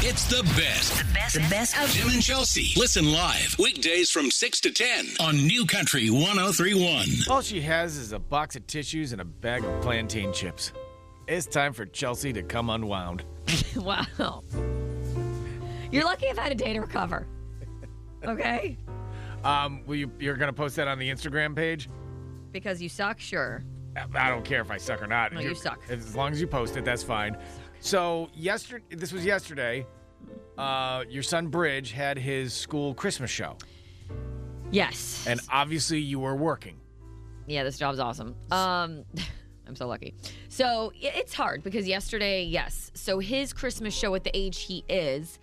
It's the best. The best, the best of Jim and Chelsea. Listen live weekdays from 6 to 10 on New Country 1031. All she has is a box of tissues and a bag of plantain chips. It's time for Chelsea to come unwound. Wow. You're lucky I've had a day to recover. Okay? Um, will you, you're going to post that on the Instagram page? Because you suck, sure. I I don't care if I suck or not. No, You're- you suck. As long as you post it, that's fine. So yesterday, this was yesterday. Uh, your son Bridge had his school Christmas show, Yes. and obviously you were working. yeah, this job's awesome. Um I'm so lucky. So i- it's hard because yesterday, yes. So his Christmas show at the age he is,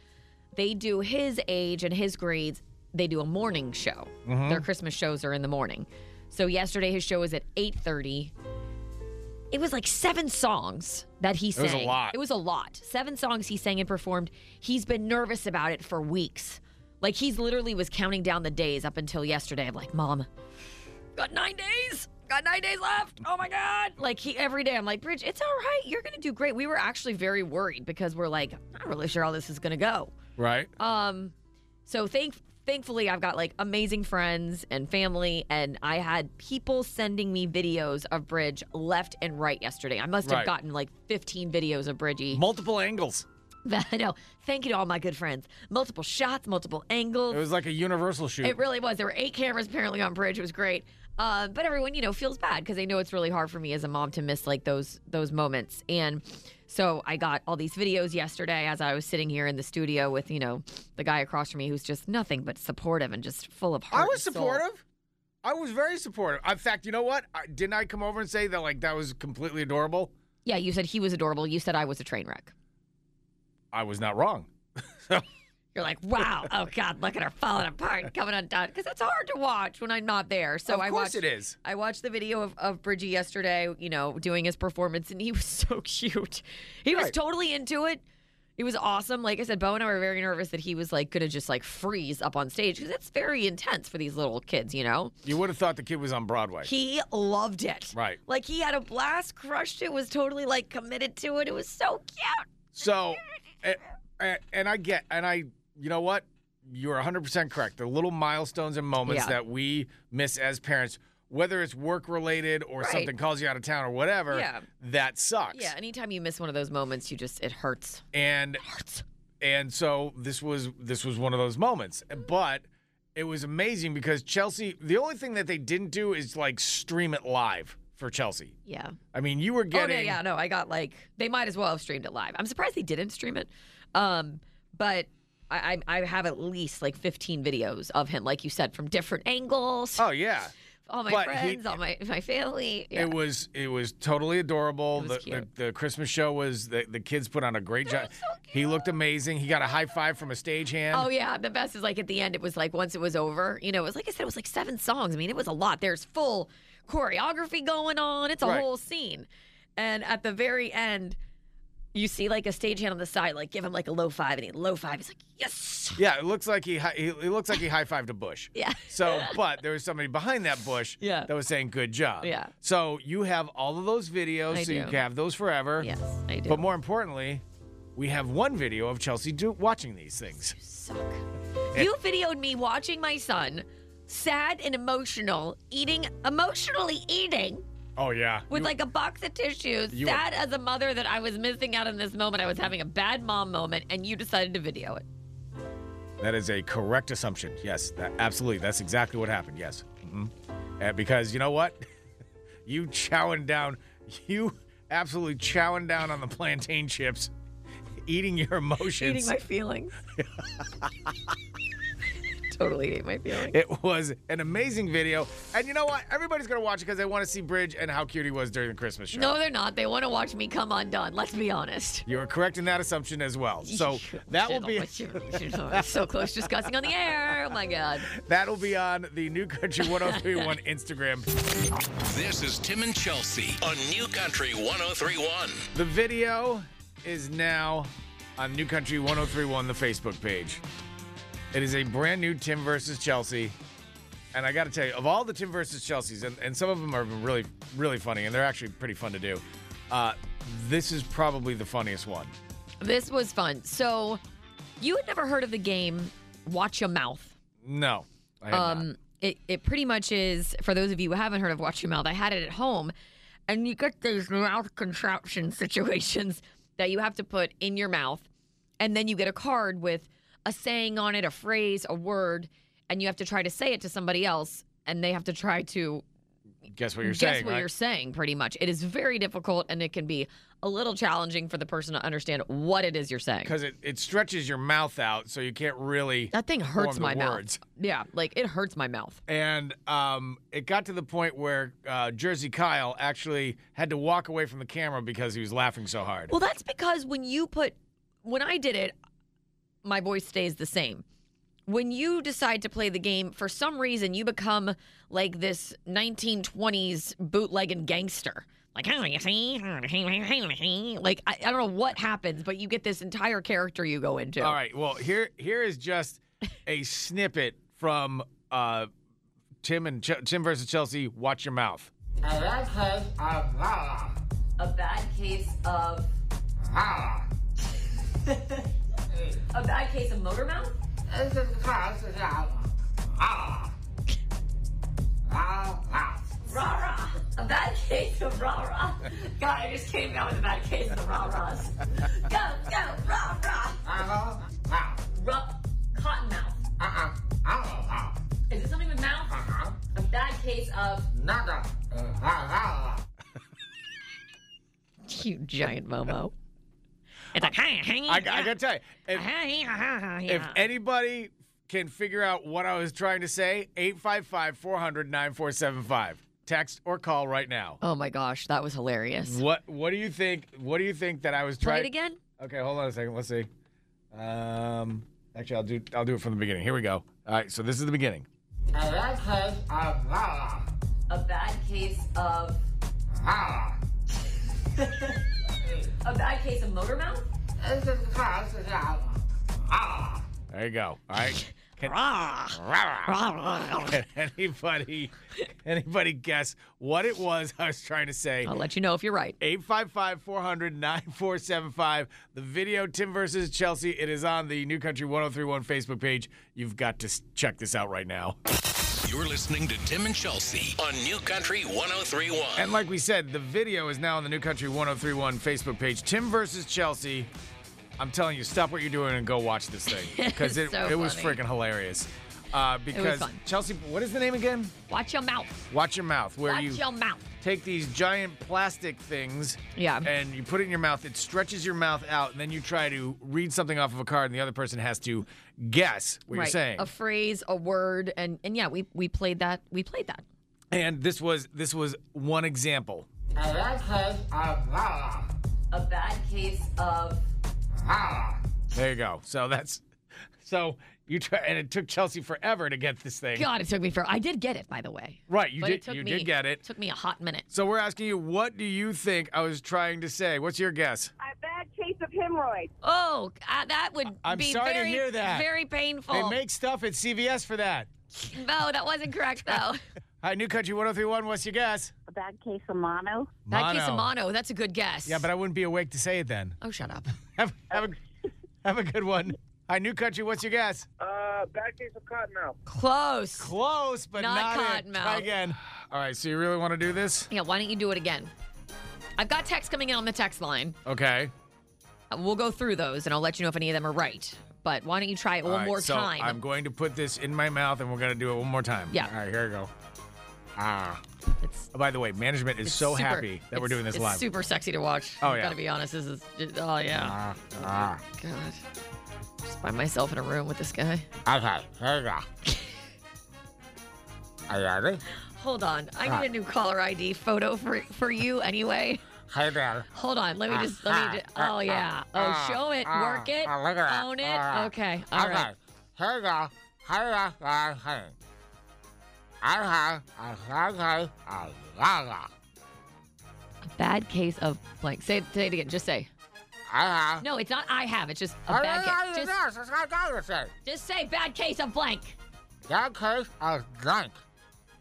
they do his age and his grades, they do a morning show. Mm-hmm. Their Christmas shows are in the morning. So yesterday his show was at 8:30. It was like seven songs that he sang. was a lot. It was a lot. Seven songs he sang and performed. He's been nervous about it for weeks. Like he's literally was counting down the days up until yesterday. I'm like, "Mom, got nine days. Got nine days left. Oh my God. Like he every day, I'm like, Bridge, it's all right. You're gonna do great. We were actually very worried because we're like, I'm not really sure how this is gonna go. Right. Um, so thank thankfully I've got like amazing friends and family, and I had people sending me videos of Bridge left and right yesterday. I must have Right. gotten like 15 videos of Bridgie. Multiple angles. no, thank you to all my good friends. Multiple shots, multiple angles. It was like a universal shoot. It really was. There were eight cameras apparently on bridge. It was great. Uh, but everyone, you know, feels bad because they know it's really hard for me as a mom to miss like those those moments. And so I got all these videos yesterday as I was sitting here in the studio with you know the guy across from me who's just nothing but supportive and just full of heart. I was and soul. supportive. I was very supportive. In fact, you know what? I, didn't I come over and say that like that was completely adorable? Yeah, you said he was adorable. You said I was a train wreck. I was not wrong. You're like, wow, oh god, look at her falling apart, and coming undone. Because that's hard to watch when I'm not there. So of I course watched it is. I watched the video of, of Bridgie yesterday, you know, doing his performance, and he was so cute. He was Right. totally into it. It was awesome. Like I said, Bo and I were very nervous that he was like going to just like freeze up on stage because it's very intense for these little kids, you know? You would have thought the kid was on Broadway. He loved it. Right. Like he had a blast, crushed it, was totally like committed to it. It was so cute. So, a- a- and I get, and I, you know what? You're 100% correct. The little milestones and moments Yeah. that we miss as parents, whether it's work related or Right. something calls you out of town or whatever, Yeah. that sucks. Yeah, anytime you miss one of those moments, you just, it hurts. And Hurts. and so this was this was one of those moments. But it was amazing because Chelsea, the only thing that they didn't do is like stream it live for Chelsea. Yeah. I mean, you were getting Oh no, yeah, no, I got like they might as well have streamed it live. I'm surprised they didn't stream it. Um, but I, I I have at least like 15 videos of him, like you said, from different angles. Oh, yeah. all my but he- friends, all my my family. Yeah. It was it was totally adorable. It was the, cute. the the Christmas show was the, the kids put on a great job. He looked amazing. He got a high five from a stagehand. Oh yeah, the best is like at the end. It was like once it was over, you know, it was like I said, it was like seven songs. I mean, it was a lot. There's full choreography going on. It's a Right. whole scene, and at the very end, you see like a stagehand on the side, like give him like a low five, and he low five. He's like, yes, Yeah, it looks like he hi- he, he looks like he high fived a bush. yeah. So, but there was somebody behind that bush Yeah. that was saying good job. Yeah. So you have all of those videos, I so you do. can have those forever. Yes, I do. But more importantly, we have one video of Chelsea do, watching these things. suck. Eh. You videoed me watching my son, sad and emotional, eating, emotionally eating Oh yeah. with like a box of tissues. you were- sad as a mother that I was missing out on this moment. I was having a bad mom moment, and you decided to video it. That is a correct assumption. Yes, that, absolutely. That's exactly what happened. Yes. hmm Uh, because you know what? you chowing down. You absolutely chowing down on the plantain chips, eating your Eating emotions. my feelings. totally ate my feelings. it was an amazing video. And you know what? Everybody's going to watch it because they want to see Bridge and how cute he was during the Christmas show. No, they're not. They want to watch me come undone. Let's be honest. You're correct in that assumption as well. So that will be We're so close to discussing on the air. Oh my god. that will be on the New Country 1031 Instagram This is Tim and Chelsea on New Country 1031. The video is now on New Country 1031, the Facebook page. It is a brand new Tim versus Chelsea. And I got to tell you, of all the Tim versus Chelsea's, and, and some of them are really, really funny, and they're actually pretty fun to do, uh, this is probably the funniest one. This was fun. So You had never heard of the game Watch Your Mouth. No. I had not. Um, it, it pretty much is, for those of you who haven't heard of Watch Your Mouth, I had it at home. And you get these mouth contraption situations that you have to put in your mouth. And then you get a card with a saying on it, a phrase, a word. And you have to try to say it to somebody else. And they have to try to Guess what you're guess saying, what right? you're saying, pretty much. It is very difficult and it can be a little challenging for the person to understand what it is you're saying. Because it, it stretches your mouth out, so you can't really. That thing hurts form the my words. mouth. Yeah, like it hurts my mouth. And um, it got to the point where uh, Jersey Kyle actually had to walk away from the camera because he was laughing so hard. Well, that's because when you put, when I did it, my voice stays the same. When you decide to play the game, for some reason, you become like this 1920s bootlegging gangster. Like, oh, you see? Like, I, I don't know what happens, but you get this entire character you go into. All right. Well, here here is just a snippet from uh, Tim and Ch- Tim versus Chelsea. Watch your mouth. And that says a la a bad case of la. a bad case of motor mouth. This is class is a la la la. Rah rah. A bad case of rah rah. God, I just came down with a bad case of rah rahs. Go go rah rah. La la Ruh. Cotton mouth. la la Is it something with mouth? la. A bad case of Nada la la la. You giant Momo. It's like, hey, hey, I, I gotta tell you, if, hey, if anybody can figure out what I was trying to say, 855-400-9475. Text or call right now. Oh my gosh, that was hilarious. What What do you think? What do you think that I was Play trying? it again? Okay, hold on a second. Let's see. Um, actually, I'll do I'll do it from the beginning. Here we go. All right, so this is the beginning. And that says a la a bad case of la. a bad case of motor mouth. This is class is a la There you go. All right. Can, Rah, Rah, rah. rah, rah. Can anybody anybody guess what it was I was trying to say? I'll let you know if you're right. 855 400 9475. The video, Tim versus Chelsea. It is on the New Country 1031 Facebook page. You've got to s- check this out right now. You're listening to Tim and Chelsea on New Country 1031. And like we said, the video is now on the New Country 1031 Facebook page. Tim versus Chelsea. I'm telling you, stop what you're doing and go watch this thing because it, So it was funny. freaking hilarious. Uh, because fun. Chelsea, what is the name again? Watch your mouth. Watch your mouth. Where Watch you your mouth. take these giant plastic things Yeah. and you put it in your mouth it stretches your mouth out and then you try to read something off of a card and the other person has to guess what you're saying A phrase, a word, and and yeah, we we played that. We played that. and this was this was one example And that says a la A bad case of la. there you go so that's so you try and it took chelsea forever to get this thing God, it took me for. I did get it, by the way. right you But it did took you me, did get it Took me a hot minute. so we're asking you what do you think i was trying to say what's your guess a bad case of hemorrhoids. Oh, uh, that would I'm be sorry to very, hear that. very they painful. make stuff at cvs for that no, that wasn't correct though. hi new country 1031 what's your guess A bad case of mono. that case of mono. That's a good guess. yeah but i wouldn't be awake to say it then oh, shut up. Have, have, a, have a good one. Hi, New Country, what's your guess? Uh, bad case of cottonmouth. Close. Close, but Not not, it. cottonmouth. Try again. All right, so you really want to do this? yeah, why don't you do it again? I've got text coming in on the text line. Okay. Uh, We'll go through those, and I'll let you know if any of them are right. But why don't you try it one All right, more so time? I'm going to put this in my mouth, and we're going to do it one more time. Yeah. All right, here we go. Ah. It's- Oh, by the way, management is It's so super- happy that we're it's- doing this it's live. Super sexy to watch. Oh, I've yeah. Gotta be honest. This is just, oh yeah. Ah, ah. God. Just by myself in a room with this guy. Okay, here we go. Are you ready? Hold on. I Ah. need a new caller ID photo for for you anyway. Hey there. Hold on. Ah, Let me just. Let me. Just, oh yeah. Oh, show it. Work it. Ah, look at that. Own Ah. it. Okay. All right. Here we go. Here we go. Uh, hey. I have a lager, a lager. A bad case of blank. Say it. Say it again. Just say. I have. No, it's not. I have. It's just a bad case. Just, Yes, it's not going to say. just say bad case of blank. That case is drink.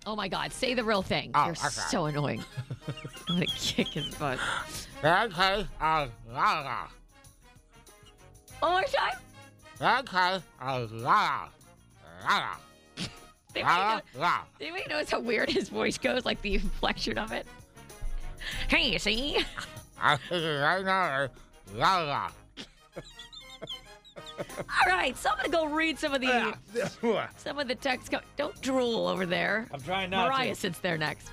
Oh my God. Say the real thing. Oh, You're okay. so annoying. I'm gonna kick his butt. That case is lager. One more time. Okay. Uh, la. La. They La. might La. Did anybody notice how weird his voice goes, like the inflection of it? Hey, you see? I think it's right now. La. La. All right, so I'm gonna go read some of the Yeah. some of the text. Com- Don't drool over there. I'm trying not to. Mariah sits there next.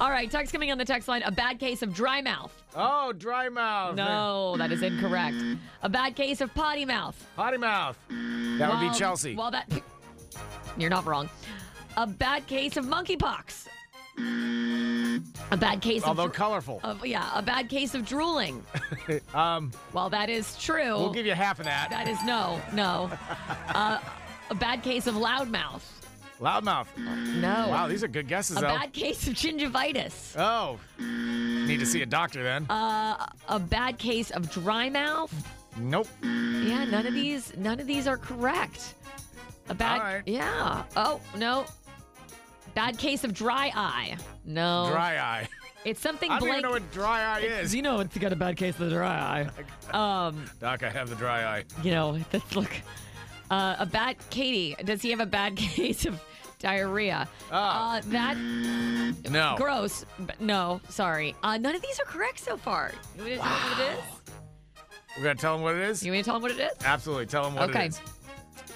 All right, text coming on the text line. A bad case of dry mouth. Oh, dry mouth. No, that is incorrect. A bad case of potty mouth. Potty mouth. That would be While- Chelsea. While that, you're not wrong. A bad case of monkeypox. A bad case Although of, dr- Oh. colorful. of yeah, a bad case of drooling. Um, While that is true, we'll give you half of that. that is no, no. Uh, a bad case of loudmouth. Loudmouth. No. Wow, these are good guesses, Oh. a though. bad case of gingivitis. Oh. Need to see a doctor then. Uh, a bad case of dry mouth. nope. Yeah, none of these none of these are correct. A bad All right. Yeah. Oh, no. Bad case of dry eye. No. Dry eye. It's something I don't blank. even know what dry eye is. you know oh. it's got a bad case of the dry eye. Um, Doc, I have the dry eye. you know, that's look. Uh, a bad Katie, does he have a bad case of diarrhea? Ah. Uh, that No. gross. But no, sorry. Uh, none of these are correct so far. You want me to tell them what it is? We're going to tell him what it is? You want me to tell them what it is? Absolutely. Tell him what Okay. it is.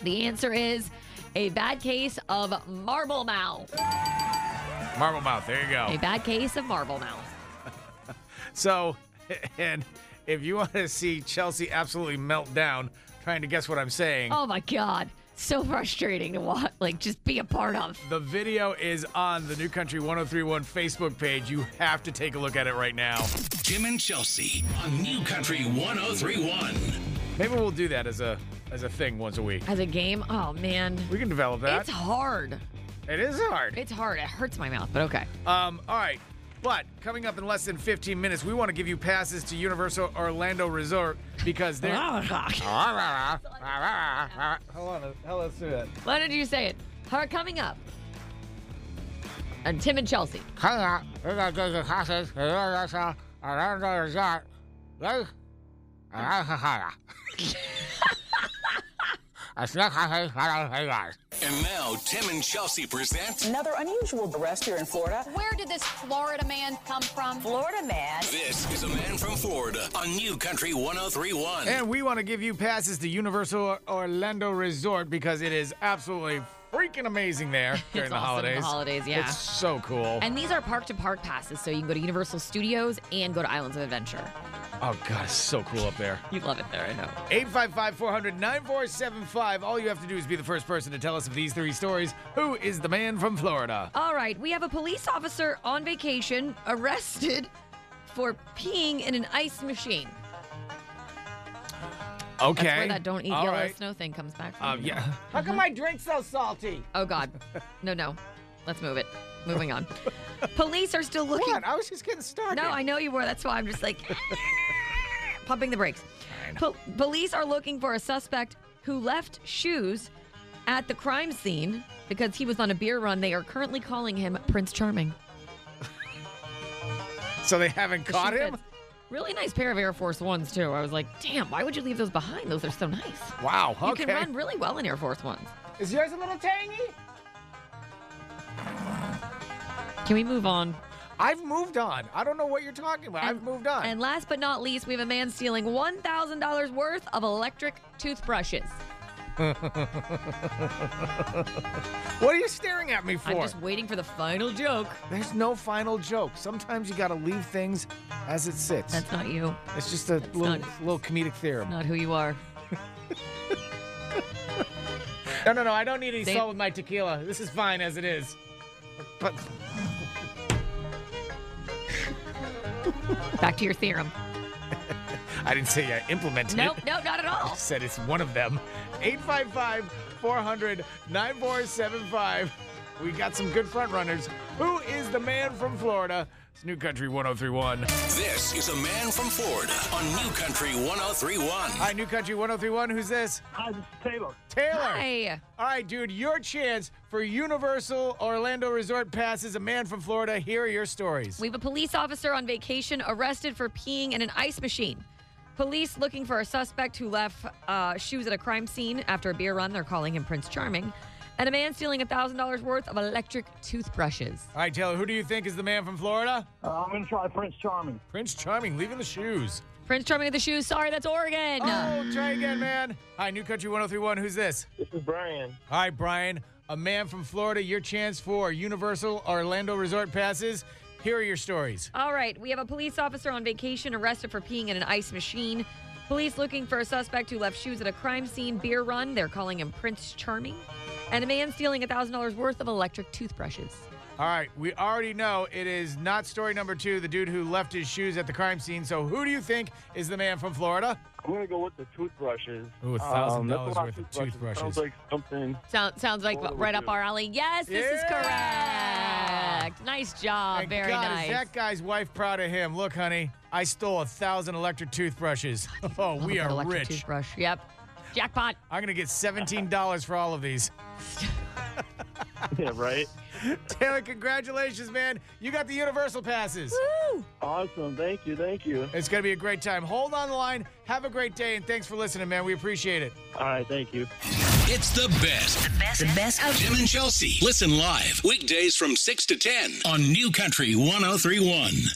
The answer is a bad case of marble mouth. Marble mouth. There you go. A bad case of marble mouth. So, and if you want to see Chelsea absolutely melt down trying to guess what I'm saying, Oh my god, so frustrating to watch. Like just be a part of. the video is on the New Country 1031 Facebook page. You have to take a look at it right now. Jim and Chelsea on New Country 1031. Maybe we'll do that as a as a thing once a week. As a game, oh man, We can develop that. it's hard. It is hard. It's hard. It hurts my mouth, but okay. Um, all right. But coming up in less than 15 minutes, we want to give you passes to Universal Orlando Resort because they're. La. La. La. La. La. Hold on. Hell, let's do that. Why did you say it? Her coming up. And Tim and Chelsea. Coming up, we're going to do the classes for Universal Orlando Resort. Lake Arahahara. It's not classes for everyone. And now, Tim and Chelsea present Another unusual arrest here in Florida. Where did this Florida man come from? Florida man. This is a Man from Florida on New Country 1031. And we want to give you passes to Universal Orlando Resort because it is absolutely freaking amazing there during It's the awesome holidays. in the holidays, yeah. It's so cool. And these are park to park passes, so you can go to Universal Studios and go to Islands of Adventure. oh god, it's so cool up there. You love it there, I know. 855-400-9475. All you have to do is be the first person to tell us of these three stories. Who is the man from Florida? All right, we have a police officer on vacation arrested for peeing in an ice machine. Okay. That's where that don't eat All yellow right. snow thing comes back from. Um, yeah. How come my drink's so salty? Oh God, no, no, let's move it. Moving on. Police are still looking. I was just getting started. No, I know you were. That's why I'm just like pumping the brakes. Po- police are looking for a suspect who left shoes at the crime scene because he was on a beer run. They are currently calling him Prince Charming. So they haven't The caught shoe him? fits. Really nice pair of Air Force Ones too. I was like, damn, why would you leave those behind? Those are so nice. Wow. You Okay. can run really well in Air Force Ones. Is yours a little tangy? Can we move on? I've moved on. I don't know what you're talking about. I've And- moved on. And last but not least, we have a man stealing $1,000 worth of electric toothbrushes. what are you staring at me for? I'm just waiting for the final joke. There's no final joke. Sometimes you gotta leave things as it sits. That's not you, it's just a little, not- little comedic theorem. not who you are. No, no, no. I don't need any They- salt with my tequila. This is fine as it is. But Back to your theorem. I didn't say I implemented Nope, it. nope, not at I all. said it's one of them. 855 400 9475. We got some good front runners. Who is the man from Florida? It's New Country 1031. This is a Man from Florida on New Country 1031. Hi, New Country 1031. Who's this? Hi, this is Taylor. Taylor. Hi. All right, dude, your chance for Universal Orlando Resort passes. A man from Florida. Here are your stories. We have a police officer on vacation arrested for peeing in an ice machine. Police looking for a suspect who left uh, shoes at a crime scene after a beer run. They're calling him Prince Charming. And a man stealing $1,000 worth of electric toothbrushes. All right, Taylor, who do you think is the man from Florida? I'm going to try Prince Charming. Prince Charming, leaving the shoes. Prince Charming of the shoes. Sorry, that's Oregon. Oh, try again, man. Hi, New Country 1031. Who's this? This is Brian. All right, Brian, a man from Florida, your chance for Universal Orlando Resort passes. Here are your stories. All right, we have a police officer on vacation arrested for peeing in an ice machine. Police looking for a suspect who left shoes at a crime scene beer run. They're calling him Prince Charming. And a man stealing $1,000 worth of electric toothbrushes. All right, we already know it is not story number two, the dude who left his shoes at the crime scene. So, who do you think is the man from Florida? I'm gonna go with the toothbrushes. Ooh, Um, that's a $1,000 worth lot of It Sounds toothbrushes. like something. Sound, sounds like Totally right up do. our alley. Yes, this Yeah! is correct. Nice job. And Very God, nice. is that guy's wife proud of him? Look, honey, I stole a thousand electric toothbrushes. Oh, we are Electric rich. Toothbrush. Yep. Jackpot. I'm gonna get seventeen dollars for all of these. Yeah, right. Taylor, congratulations, man! You got the universal passes. Awesome. Thank you. Thank you. It's gonna be a great time. Hold on the line. Have a great day, and thanks for listening, man. We appreciate it. All right. Thank you. It's the best. The best. The best of Jim and oh Chelsea. Listen live weekdays from 6 to 10 on New Country 1031.